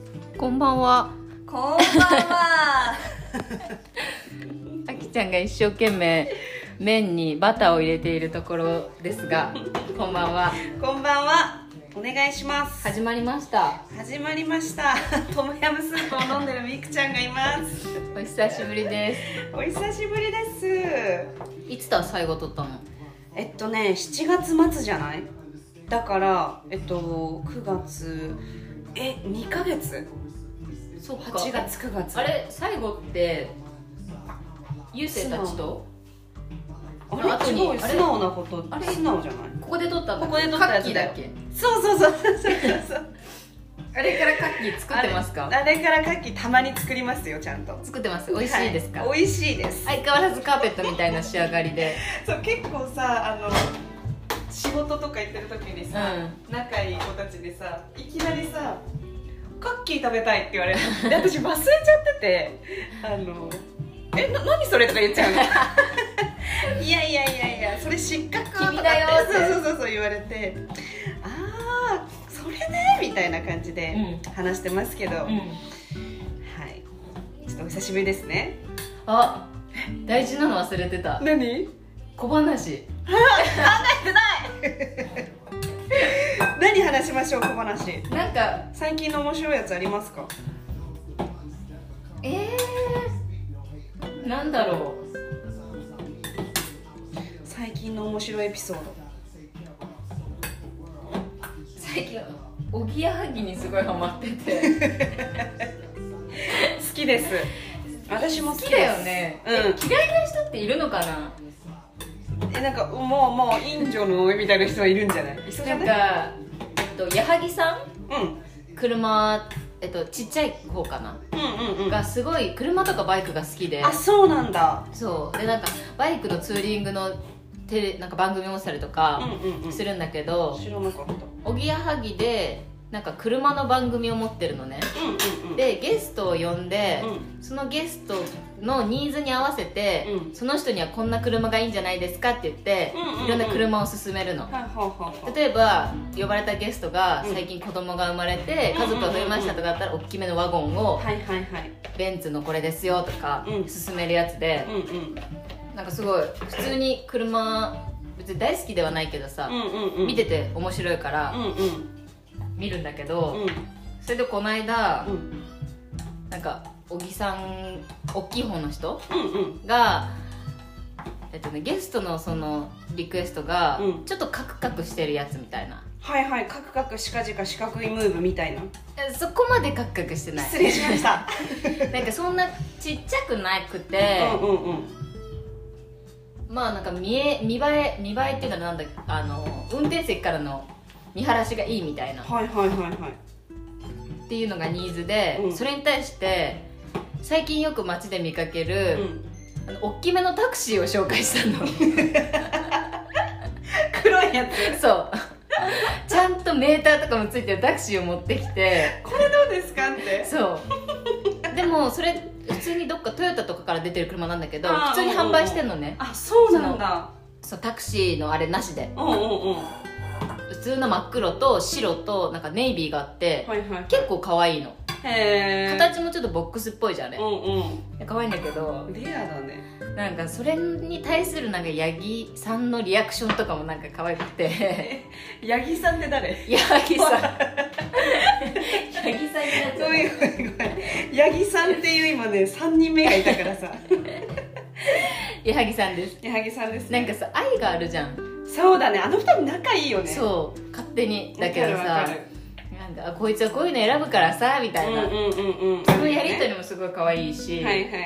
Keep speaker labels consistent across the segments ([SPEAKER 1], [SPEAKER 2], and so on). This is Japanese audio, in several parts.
[SPEAKER 1] ばんは
[SPEAKER 2] こんばんは。
[SPEAKER 1] あきちゃんが一生懸命麺にバターを入れているところですがこんばんは
[SPEAKER 2] こんばんは。お願いします。
[SPEAKER 1] 始まりました
[SPEAKER 2] 始まりました。 トムヤムスープを飲んでるみくちゃんがいます。
[SPEAKER 1] お久しぶりです
[SPEAKER 2] お久しぶりです。
[SPEAKER 1] いつだ最後撮ったの
[SPEAKER 2] えっとね、7月末じゃないだから、えっと、9月、え、2ヶ月
[SPEAKER 1] そっ
[SPEAKER 2] ?8 月、9月。
[SPEAKER 1] あれ最後ってゆうせいたちと
[SPEAKER 2] あ
[SPEAKER 1] あ
[SPEAKER 2] れ
[SPEAKER 1] と
[SPEAKER 2] す
[SPEAKER 1] に
[SPEAKER 2] ごい
[SPEAKER 1] あれ
[SPEAKER 2] 素直なこと、
[SPEAKER 1] あれ
[SPEAKER 2] 素直じゃない
[SPEAKER 1] ここで撮った
[SPEAKER 2] ここで撮ったやつだよ
[SPEAKER 1] カッキーだっ
[SPEAKER 2] そうそうそうそう そうそう。
[SPEAKER 1] けあれからカッキー作ってますか
[SPEAKER 2] あれあれからカッキーたまに作りますよ、ちゃんと。
[SPEAKER 1] 作ってます美味しいですか、
[SPEAKER 2] は美味しいです。
[SPEAKER 1] 相変わらずカーペットみたいな仕上がりで
[SPEAKER 2] そう結構さあの仕事とか行ってる時にさ、仲いい子たちでさいきなりさ「カッキー食べたい」って言われる ので私忘れちゃってて「あのえな何それ?」とか言っちゃうの いやいやいやいやそれ失格とかって
[SPEAKER 1] 君だよって
[SPEAKER 2] そうそうそうそう言われて「ああそれね」みたいな感じで
[SPEAKER 1] う
[SPEAKER 2] 話してますけど、
[SPEAKER 1] うん、
[SPEAKER 2] は
[SPEAKER 1] う
[SPEAKER 2] い
[SPEAKER 1] ん
[SPEAKER 2] ちょっとお久しぶりですね
[SPEAKER 1] あ大事なの忘れてた
[SPEAKER 2] 何
[SPEAKER 1] 小話
[SPEAKER 2] 何話しましょう小話
[SPEAKER 1] なんか
[SPEAKER 2] 最近の面白いやつありますか
[SPEAKER 1] えー、なんだろう
[SPEAKER 2] 最近の面白いエピソード
[SPEAKER 1] 最近おぎやはぎにすごいハマって て
[SPEAKER 2] 好きです私も
[SPEAKER 1] 好
[SPEAKER 2] 好
[SPEAKER 1] き
[SPEAKER 2] き
[SPEAKER 1] だ
[SPEAKER 2] です
[SPEAKER 1] よね、
[SPEAKER 2] うん
[SPEAKER 1] 嫌いな人っているのかな
[SPEAKER 2] えなんかもうもうインジョのみたいな人はいるんじゃない人じ
[SPEAKER 1] なん
[SPEAKER 2] ゃない
[SPEAKER 1] か、えっと、矢作さ
[SPEAKER 2] うん
[SPEAKER 1] ん車、えっと、ちっちゃい方かな、
[SPEAKER 2] うんうんうん
[SPEAKER 1] がすごい車とかバイクが好きで
[SPEAKER 2] あそうなんだ
[SPEAKER 1] そうでなんかバイクのツーリングのテレなんか番組持ってたりと
[SPEAKER 2] うん
[SPEAKER 1] か
[SPEAKER 2] うんうん
[SPEAKER 1] す
[SPEAKER 2] 知
[SPEAKER 1] るんだけど
[SPEAKER 2] らなかった
[SPEAKER 1] おぎやはぎでなんか車の番組を持ってるのね
[SPEAKER 2] うんうんうん
[SPEAKER 1] でゲストを呼んで、
[SPEAKER 2] う
[SPEAKER 1] そのゲストのニーズに合わせて、
[SPEAKER 2] うん
[SPEAKER 1] その人にはこんな車がいいんじゃないですかって言って、
[SPEAKER 2] うんうんうん
[SPEAKER 1] いろんな車を勧めるの
[SPEAKER 2] はいはいはいはい
[SPEAKER 1] 例えば呼ばれたゲストが
[SPEAKER 2] うん
[SPEAKER 1] 最近子供が生まれて
[SPEAKER 2] うん
[SPEAKER 1] 家族が増えましたとかだったら大きめのワゴンを
[SPEAKER 2] はいはいはい
[SPEAKER 1] ベンツのこれですよとか
[SPEAKER 2] うん
[SPEAKER 1] 勧めるやつで
[SPEAKER 2] うんうん
[SPEAKER 1] なんかすごい普通に車別に大好きではないけどさ
[SPEAKER 2] うんうんうん
[SPEAKER 1] 見てて面白いか
[SPEAKER 2] う
[SPEAKER 1] ら
[SPEAKER 2] んうん
[SPEAKER 1] 見るんだけ
[SPEAKER 2] うん
[SPEAKER 1] どそれでこの間
[SPEAKER 2] うん
[SPEAKER 1] なんか小木さん大きい方の人
[SPEAKER 2] うんうん
[SPEAKER 1] が、えっとね、ゲストのそのリクエストが、
[SPEAKER 2] うん
[SPEAKER 1] ちょっとカクカクしてるやつみたいな
[SPEAKER 2] はいはいカクカクシカジカ四角いムーブみたいな
[SPEAKER 1] えそこまでカクカクしてない
[SPEAKER 2] 失礼しました
[SPEAKER 1] なんかそんなちっちゃくなく
[SPEAKER 2] う
[SPEAKER 1] て、
[SPEAKER 2] んうんうん
[SPEAKER 1] まあなんか見え見栄え見栄えっていうのはなんだあの運転席からの見晴らしがいいみたいなっ
[SPEAKER 2] はいはいはいはい
[SPEAKER 1] ていうのがニーズで、
[SPEAKER 2] うん
[SPEAKER 1] それに対して最近よく街で見かけ
[SPEAKER 2] う
[SPEAKER 1] る、
[SPEAKER 2] ん
[SPEAKER 1] あの大きめのタクシーを紹介した の
[SPEAKER 2] 黒いやつ
[SPEAKER 1] そうちゃんとメーターとかもついてるタクシーを持ってきて
[SPEAKER 2] これどうですかって
[SPEAKER 1] そうでもそれ普通にどっかトヨタとかから出てる車なんだけど
[SPEAKER 2] あー
[SPEAKER 1] 普通に販売してんのね
[SPEAKER 2] あそうなんだ
[SPEAKER 1] そうタクシーのあれなしで
[SPEAKER 2] うんうんうん
[SPEAKER 1] 普通の真っ黒と白となんかネイビーがあって
[SPEAKER 2] はいはい
[SPEAKER 1] 結構可愛いの
[SPEAKER 2] へえ
[SPEAKER 1] 形もちょっとボックスっぽいじゃんあれ
[SPEAKER 2] うん
[SPEAKER 1] 可愛いんだけ
[SPEAKER 2] う
[SPEAKER 1] ど
[SPEAKER 2] んレアだね
[SPEAKER 1] なんかそれに対するなんか八木さんのリアクションとかもなんか可愛くて
[SPEAKER 2] 八木さんって誰
[SPEAKER 1] 八木さん八木さんになっち
[SPEAKER 2] ご
[SPEAKER 1] ゃう
[SPEAKER 2] めんごめんごめん八木さんっていう今ね3人目がいたからさ
[SPEAKER 1] 矢作さんです
[SPEAKER 2] 矢作さんです
[SPEAKER 1] な
[SPEAKER 2] ね
[SPEAKER 1] んかさ愛があるじゃん、
[SPEAKER 2] そうだねあの二人仲いいよねう
[SPEAKER 1] そう勝手にだけど
[SPEAKER 2] わ
[SPEAKER 1] さ
[SPEAKER 2] かる
[SPEAKER 1] なんかあこいつはこういうの選ぶからさみたいな、
[SPEAKER 2] わかるうんうんうんうん
[SPEAKER 1] そのやり取りもすごい可愛いし、
[SPEAKER 2] はいはいは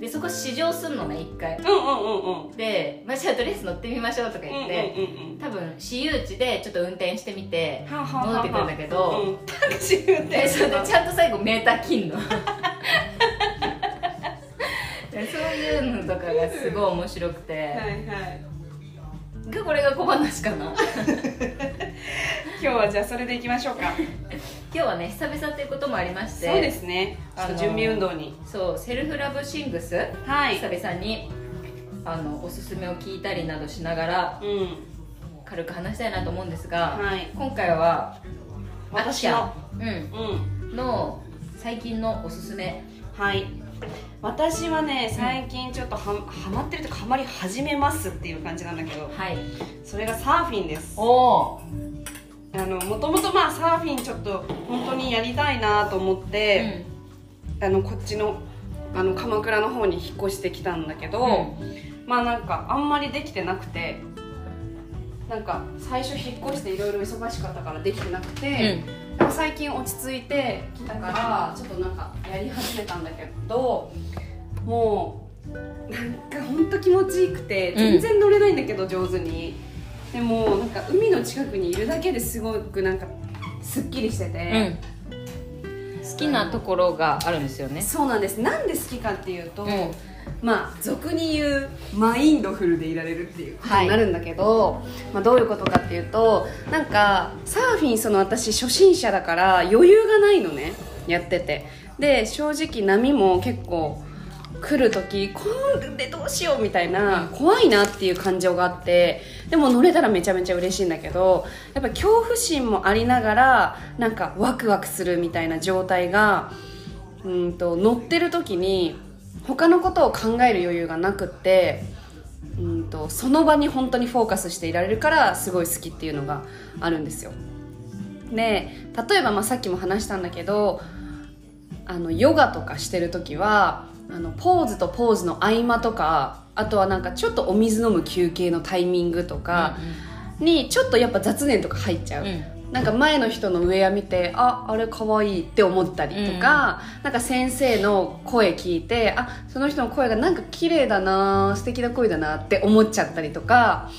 [SPEAKER 2] い
[SPEAKER 1] でそこ試乗すんのね一回
[SPEAKER 2] うんうんうんうん
[SPEAKER 1] で「まあ、じゃあとりあえず乗ってみましょう」とか
[SPEAKER 2] うんう
[SPEAKER 1] 言
[SPEAKER 2] ん
[SPEAKER 1] って、
[SPEAKER 2] うんうん
[SPEAKER 1] 多分私有地でちょっと運転してみて
[SPEAKER 2] はあはあは
[SPEAKER 1] 戻
[SPEAKER 2] あ
[SPEAKER 1] ってくるんだけど、
[SPEAKER 2] うんタクシー運転
[SPEAKER 1] でそれでちゃんと最後メーター切んの でそういうのとかがすごい面白くて
[SPEAKER 2] は、いはい
[SPEAKER 1] がこれが小話かな
[SPEAKER 2] 今日はじゃあそれでいきましょうか
[SPEAKER 1] 今日はね久々っていうこともありまして
[SPEAKER 2] そうですねちょっと準備運動に
[SPEAKER 1] そうセルフラブシングス
[SPEAKER 2] はい
[SPEAKER 1] 久々にあのおすすめを聞いたりなどしながら
[SPEAKER 2] うん
[SPEAKER 1] 軽く話したいなと思うんですが、
[SPEAKER 2] はい
[SPEAKER 1] 今回はあっ
[SPEAKER 2] 私
[SPEAKER 1] ちゃ
[SPEAKER 2] の
[SPEAKER 1] ん、
[SPEAKER 2] うん
[SPEAKER 1] うん、の最近のおすすめ
[SPEAKER 2] はい私はね最近ちょっとはハマってるというかハマり始めますっていう感じなんだけど
[SPEAKER 1] はい
[SPEAKER 2] それがサーフィンです
[SPEAKER 1] おお
[SPEAKER 2] あのもともとまあサーフィンちょっと本当にやりたいなと思って、あのこっちのあの鎌倉の方に引っ越してきたんだけど、まあなんかあんまりできてなくてなんか最初引っ越していろいろ忙しかったからできてなくて、なんか最近落ち着いてきたからちょっとなんかやり始めたんだけどもうなんかほんと気持ちいいくて全然乗れないんだけど、上手にでもなんか海の近くにいるだけですごくなんかすっきりしてて、
[SPEAKER 1] 好きなところがあるんですよね
[SPEAKER 2] そうなんですなんで好きかっていうと、
[SPEAKER 1] うん
[SPEAKER 2] まあ俗に言うマインドフルでいられるっていうこと
[SPEAKER 1] はい
[SPEAKER 2] になるんだけど、まあ、どういうことかっていうとなんかサーフィンその私初心者だから余裕がないのねやっててで正直波も結構来る時こんでどうしようみたいな怖いなっていう感情があってでも乗れたらめちゃめちゃ嬉しいんだけどやっぱ恐怖心もありながらなんかワクワクするみたいな状態がうんと乗ってる時に他のことを考える余裕がなくってうんとその場に本当にフォーカスしていられるからすごい好きっていうのがあるんですよで例えば、まあ、さっきも話したんだけどあのヨガとかしてる時はあのポーズとポーズの合間とかあとはなんかちょっとお水飲む休憩のタイミングとかにちょっとやっぱ雑念とか入っちゃう、なんか前の人のウェア見てああれかわいいって思ったりとか、なんか先生の声聞いてあその人の声がなんか綺麗だな素敵な声だなって思っちゃったりとか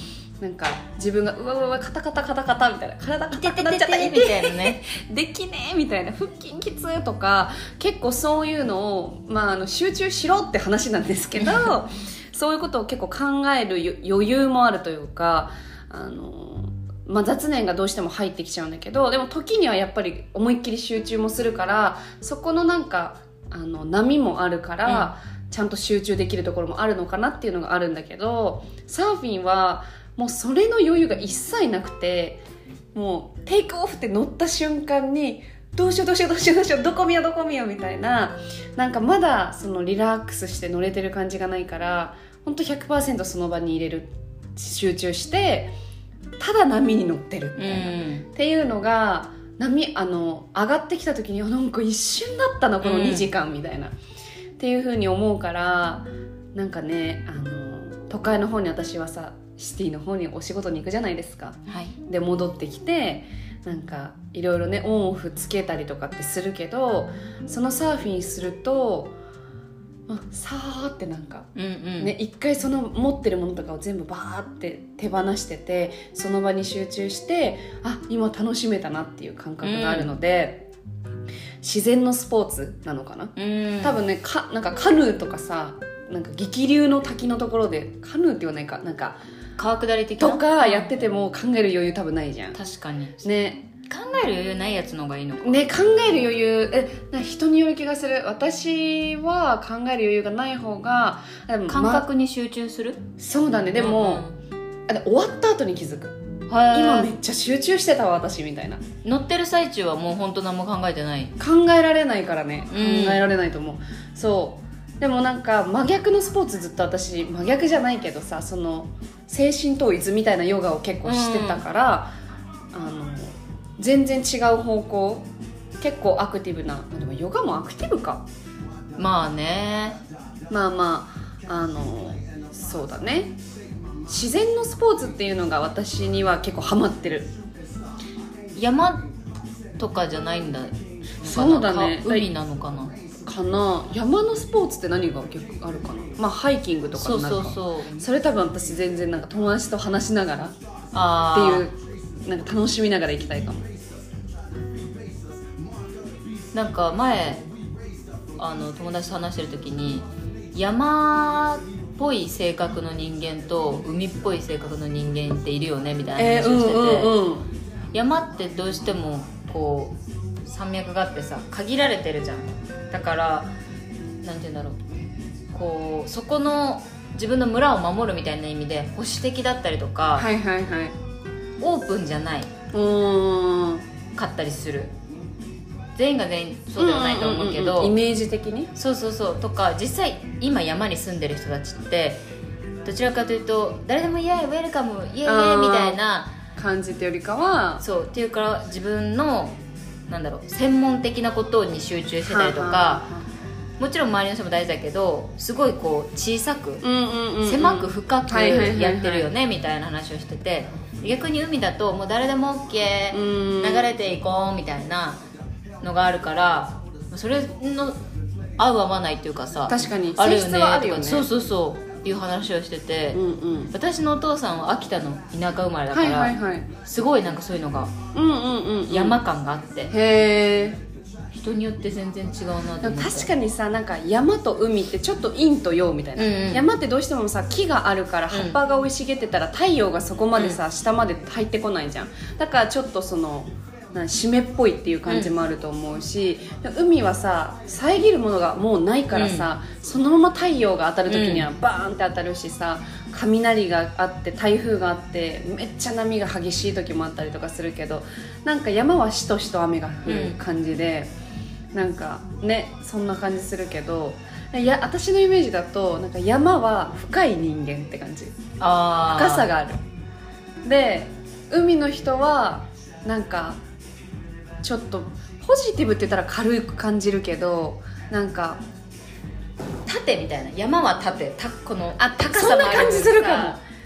[SPEAKER 2] なんか自分がうわうわうわカタカタカタカタみたいな体
[SPEAKER 1] い
[SPEAKER 2] 硬
[SPEAKER 1] てて
[SPEAKER 2] く
[SPEAKER 1] て
[SPEAKER 2] なっちゃった
[SPEAKER 1] てみたいな ね
[SPEAKER 2] できねえみたいな腹筋きつとか結構そういうのを、まあ、あの集中しろって話なんですけどそういうことを結構考える余余裕もあるというかあの、まあ、雑念がどうしても入ってきちゃうんだけどでも時にはやっぱり思いっきり集中もするからそこのなんかあの波もあるから、ちゃんと集中できるところもあるのかなっていうのがあるんだけどサーフィンはもうそれの余裕が一切なくて。もうテイクオフって乗った瞬間にどうしようどうしようどうしようどうしようどこ見ようどこ見ようみたいななんかまだそのリラックスして乗れてる感じがないからほんと100%その場に入れる集中してただ波に乗ってるみたいな、っていうのが波あの上がってきた時にあなんか一瞬だったなこの
[SPEAKER 1] うん
[SPEAKER 2] 2時間みたいな、っていうふうに思うからなんかねあの都会の方に私はさシティの方にお仕事に行くじゃないですか。
[SPEAKER 1] はい
[SPEAKER 2] で戻ってきてなんかいろいろねオンオフつけたりとかってするけどそのサーフィンすると、まあ、さーってなんか、
[SPEAKER 1] うんうん
[SPEAKER 2] ね一回その持ってるものとかを全部バーって手放しててその場に集中してあ今楽しめたなっていう感覚があるので、自然のスポーツなのかな
[SPEAKER 1] うん
[SPEAKER 2] 多分ねかなんかカヌーとかさなんか激流の滝のところでカヌーって言わないかなんか
[SPEAKER 1] 川下り的な
[SPEAKER 2] とかやってても考える余裕多分ないじゃん。
[SPEAKER 1] 確かに考
[SPEAKER 2] ね
[SPEAKER 1] える余裕ないやつの方がいいのか
[SPEAKER 2] ね考える余裕えな人による気がする私は考える余裕がない方がでも
[SPEAKER 1] 感
[SPEAKER 2] ま
[SPEAKER 1] 覚に集中する
[SPEAKER 2] そうだねでも、あで終わった後に気づく今
[SPEAKER 1] 今
[SPEAKER 2] めっちゃ集中してたわ私みたいな
[SPEAKER 1] 乗ってる最中はもう本当何も考えてない
[SPEAKER 2] 考えられないからね考
[SPEAKER 1] うん
[SPEAKER 2] えられないと思う、そうでもなんか真逆のスポーツずっと私真逆じゃないけどさその精神統一みたいなヨガを結構してたから、あの全然違う方向結構アクティブなまあでもヨガもアクティブか
[SPEAKER 1] まあね
[SPEAKER 2] まあまああのそうだね自然のスポーツっていうのが私には結構ハマってる
[SPEAKER 1] 山とかじゃないんだのかな
[SPEAKER 2] そうだね
[SPEAKER 1] か海なのかな
[SPEAKER 2] かな山のスポーツって何が結構あるかなまあハイキングとか
[SPEAKER 1] そ
[SPEAKER 2] に
[SPEAKER 1] う
[SPEAKER 2] なる
[SPEAKER 1] そ
[SPEAKER 2] か
[SPEAKER 1] うそう
[SPEAKER 2] それ多分私全然なんか友達と話しながらっ
[SPEAKER 1] ああ
[SPEAKER 2] ていうなんか楽しみながら行きたいかも
[SPEAKER 1] なんか前あの友達と話してる時に山っぽい性格の人間と海っぽい性格の人間っているよねみたい
[SPEAKER 2] え
[SPEAKER 1] な話
[SPEAKER 2] ー、う
[SPEAKER 1] を
[SPEAKER 2] ん
[SPEAKER 1] してて、
[SPEAKER 2] うんうん
[SPEAKER 1] 山ってどうしてもこう山脈があってさ限られてるじゃんだからなんて言うんだろうこうそこの自分の村を守るみたいな意味で保守的だったりとか、
[SPEAKER 2] はいはいはい
[SPEAKER 1] オープンじゃないう
[SPEAKER 2] ーん
[SPEAKER 1] かったりする全員が全員そうではないと思うけど、
[SPEAKER 2] んんんんイメージ的に
[SPEAKER 1] そうそうそうとか実際今山に住んでる人たちってどちらかというと誰でも「イエーイウェルカムイエーイイエ
[SPEAKER 2] あ
[SPEAKER 1] ーイ」
[SPEAKER 2] ー
[SPEAKER 1] みたいな
[SPEAKER 2] 感じてよりかは
[SPEAKER 1] そうっていうから自分のなんだろう専門的なことに集中してたりとかもちろん周りの人も大事だけどすごいこう小さく
[SPEAKER 2] うんうんうんうん
[SPEAKER 1] 狭く深く
[SPEAKER 2] はいはいはいはい
[SPEAKER 1] やってるよねみたいな話をしてて逆に海だともう誰でも OK
[SPEAKER 2] うん
[SPEAKER 1] 流れていこうみたいなのがあるからそれの合う合わないっていうかさ
[SPEAKER 2] 確かに
[SPEAKER 1] あるよ
[SPEAKER 2] 性質
[SPEAKER 1] ね
[SPEAKER 2] はあるよね
[SPEAKER 1] とかそうそうそういう話をしてて、
[SPEAKER 2] うんうん
[SPEAKER 1] 私のお父さんは秋田の田舎生まれだか
[SPEAKER 2] は
[SPEAKER 1] ら、
[SPEAKER 2] いはいはい
[SPEAKER 1] すごいなんかそういうのが
[SPEAKER 2] うんうんうんうん
[SPEAKER 1] 山感があって、
[SPEAKER 2] へえ
[SPEAKER 1] 人によって全然違うなと思って
[SPEAKER 2] 確かにさなんか山と海ってちょっと陰と陽みたいな、
[SPEAKER 1] うんうん
[SPEAKER 2] 山ってどうしてもさ木があるから葉っぱが生い茂ってたら太陽がそこまでさ、下まで入ってこないじゃんだからちょっとそのなん湿っぽいっていう感じもあると思うし、海はさ遮るものがもうないからさ、そのまま太陽が当たる時にはバーンって当たるしさ雷があって台風があってめっちゃ波が激しい時もあったりとかするけどなんか山はしとしと雨が降る感じで。なんかねそんな感じするけどいや私のイメージだとなんか山は深い人間って感じ
[SPEAKER 1] あー
[SPEAKER 2] 深さがあるで海の人はなんかちょっとポジティブって言ったら軽く感じるけどなんか
[SPEAKER 1] 縦みたいな山は縦たこの
[SPEAKER 2] あ
[SPEAKER 1] 高
[SPEAKER 2] そ
[SPEAKER 1] さ
[SPEAKER 2] ん
[SPEAKER 1] も
[SPEAKER 2] な
[SPEAKER 1] ある
[SPEAKER 2] 感じするかも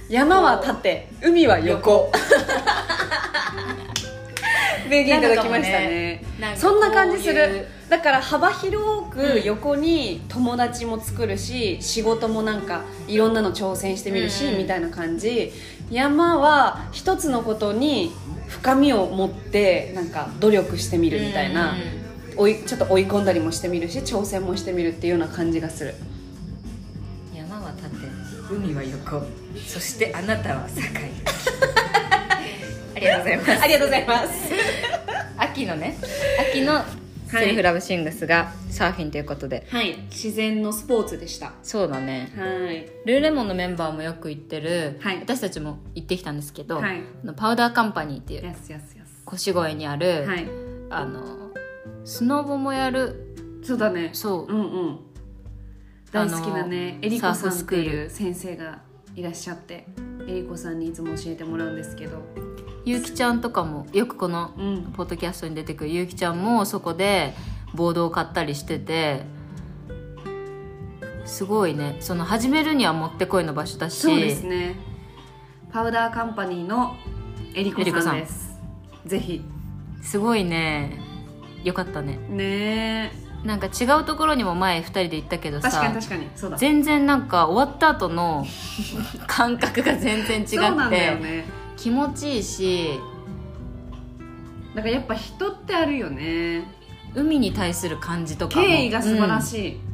[SPEAKER 2] 山は縦海は 横名言いただきましたね
[SPEAKER 1] なんかこういう
[SPEAKER 2] そんな感じするだから幅広く横に友達も作るし、仕事もなんかいろんなの挑戦してみるし、
[SPEAKER 1] うんうん
[SPEAKER 2] みたいな感じ山は一つのことに深みを持ってなんか努力してみるみたいな、
[SPEAKER 1] うんうん
[SPEAKER 2] 追いちょっと追い込んだりもしてみるし挑戦もしてみるっていうような感じがする
[SPEAKER 1] 山は縦海は横そしてあなたは境ありがとうございます
[SPEAKER 2] ありがとうございます
[SPEAKER 1] 秋のね秋のセルフラブシングスがサーフィンということで、
[SPEAKER 2] はい自然のスポーツでした
[SPEAKER 1] そうだね
[SPEAKER 2] はい
[SPEAKER 1] ルーレモンのメンバーもよく行ってる、
[SPEAKER 2] はい
[SPEAKER 1] 私たちも行ってきたんですけど、
[SPEAKER 2] はい
[SPEAKER 1] あのパウダーカンパニーっていう
[SPEAKER 2] やすやすやす
[SPEAKER 1] 越谷にある、
[SPEAKER 2] はい
[SPEAKER 1] あのスノボもやる
[SPEAKER 2] そうだね
[SPEAKER 1] そう、
[SPEAKER 2] うんうん
[SPEAKER 1] あ
[SPEAKER 2] 大
[SPEAKER 1] の
[SPEAKER 2] 好きなねえりこ
[SPEAKER 1] サー
[SPEAKER 2] さん
[SPEAKER 1] フ
[SPEAKER 2] っ
[SPEAKER 1] スク
[SPEAKER 2] て
[SPEAKER 1] ール
[SPEAKER 2] いう先生がいらっしゃってえりこさんにいつも教えてもらうんですけど
[SPEAKER 1] ゆうきちゃんとかもよくこの
[SPEAKER 2] うん
[SPEAKER 1] ポッドキャストに出てくるゆうきちゃんもそこでボードを買ったりしててすごいねその始めるにはもってこいの場所だし
[SPEAKER 2] そうですねパウダーカンパニーのえりこ
[SPEAKER 1] えりこ
[SPEAKER 2] さ
[SPEAKER 1] さ
[SPEAKER 2] ん
[SPEAKER 1] ん
[SPEAKER 2] ですぜひ
[SPEAKER 1] すごいねよかったね
[SPEAKER 2] ねえ
[SPEAKER 1] なんか違うところにも前2人で行ったけど
[SPEAKER 2] 確かに
[SPEAKER 1] さ
[SPEAKER 2] 確かにそうだ
[SPEAKER 1] 全然なんか終わった後の感覚が全然違って
[SPEAKER 2] そうなんだよね
[SPEAKER 1] 気持ちいいし
[SPEAKER 2] だからやっぱ人ってあるよね
[SPEAKER 1] 海に対する感じとかも
[SPEAKER 2] 敬意が素晴ら
[SPEAKER 1] い、
[SPEAKER 2] しい、
[SPEAKER 1] うん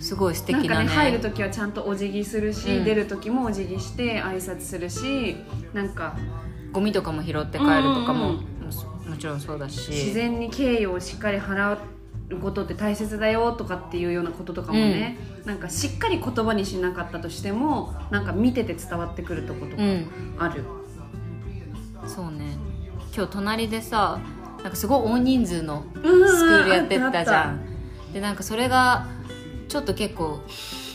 [SPEAKER 1] すごい素
[SPEAKER 2] なん
[SPEAKER 1] 敵
[SPEAKER 2] か
[SPEAKER 1] な
[SPEAKER 2] ね
[SPEAKER 1] ね
[SPEAKER 2] 入る時はちゃんとお辞儀するし、
[SPEAKER 1] うん
[SPEAKER 2] 出る時もお辞儀して挨拶するしなんか
[SPEAKER 1] ゴミとかも拾って帰るとかも、
[SPEAKER 2] うんうん
[SPEAKER 1] ももちろんそうだし
[SPEAKER 2] 自然に敬意をしっかり払うことって大切だよとかっていうようなこととかもね、なんかしっかり言葉にしなかったとしてもなんか見てて伝わってくるとことか
[SPEAKER 1] うん
[SPEAKER 2] ある、
[SPEAKER 1] そうね今日隣でさなんかすごい大人数のスク
[SPEAKER 2] うんうん
[SPEAKER 1] ールやって
[SPEAKER 2] あった
[SPEAKER 1] た
[SPEAKER 2] あった
[SPEAKER 1] じゃんでなんかそれがちょっと結構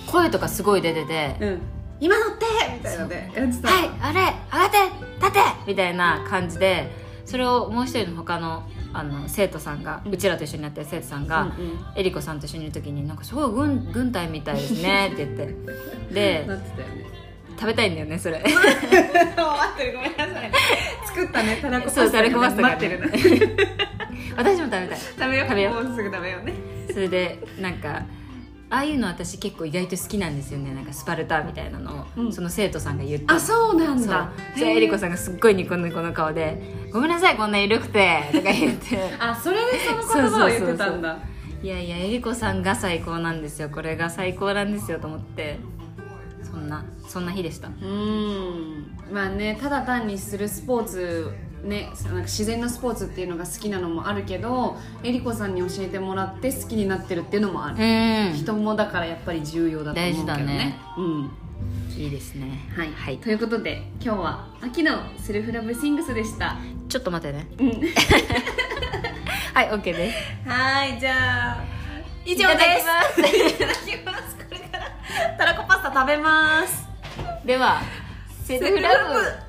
[SPEAKER 1] 声とかすごい出てて
[SPEAKER 2] うん今乗ってみたいなねやって
[SPEAKER 1] 「
[SPEAKER 2] た
[SPEAKER 1] はいあれ上がって立て!」みたいな感じでそれをもう一人の他のあの生徒さんが、うちらと一緒になってる生徒さんが、
[SPEAKER 2] うんうん
[SPEAKER 1] えりこさんと一緒にいる時に「なんかすごい軍軍隊みたいです ね」って言ってで
[SPEAKER 2] なってたよね
[SPEAKER 1] 食べたいんだよねそれ
[SPEAKER 2] 待ってるごめんなさい作ったねたらこパス タ
[SPEAKER 1] そうたらこパスタがね
[SPEAKER 2] 待ってるね
[SPEAKER 1] 私も食べたい
[SPEAKER 2] 食べよう
[SPEAKER 1] 食べよう
[SPEAKER 2] もうすぐ食べようね
[SPEAKER 1] それでなんかああいうの私結構意外と好きなんですよねなんかスパルタみたいなのを、
[SPEAKER 2] うん
[SPEAKER 1] その生徒さんが言って
[SPEAKER 2] あそうな
[SPEAKER 1] そ
[SPEAKER 2] ん
[SPEAKER 1] う
[SPEAKER 2] だ
[SPEAKER 1] それえりこ
[SPEAKER 2] ん
[SPEAKER 1] さんがすっごいニコニコの顔で「ごめんなさいこんな緩くて」とか言って
[SPEAKER 2] あそれでその 言葉を言ってたんだ
[SPEAKER 1] いやいやえりこさんが最高なんですよこれが最高なんですよと思ってそんなそんな日でした
[SPEAKER 2] うーんまあねただ単にするスポーツねなんか自然なスポーツっていうのが好きなのもあるけどえりこさんに教えてもらって好きになってるっていうのもあ
[SPEAKER 1] う
[SPEAKER 2] る、
[SPEAKER 1] ん
[SPEAKER 2] 人もだからやっぱり重要だと思う
[SPEAKER 1] 大
[SPEAKER 2] けどね
[SPEAKER 1] 事だね
[SPEAKER 2] うん
[SPEAKER 1] いいですね
[SPEAKER 2] はい、
[SPEAKER 1] はい
[SPEAKER 2] ということで今日は秋のセルフラブシングスでした
[SPEAKER 1] ちょっと待ってね
[SPEAKER 2] うん
[SPEAKER 1] は はい OK です
[SPEAKER 2] はいじゃあ
[SPEAKER 1] 以上で
[SPEAKER 2] いただきますこれからたらこパスタ食べます
[SPEAKER 1] すではセルフラブ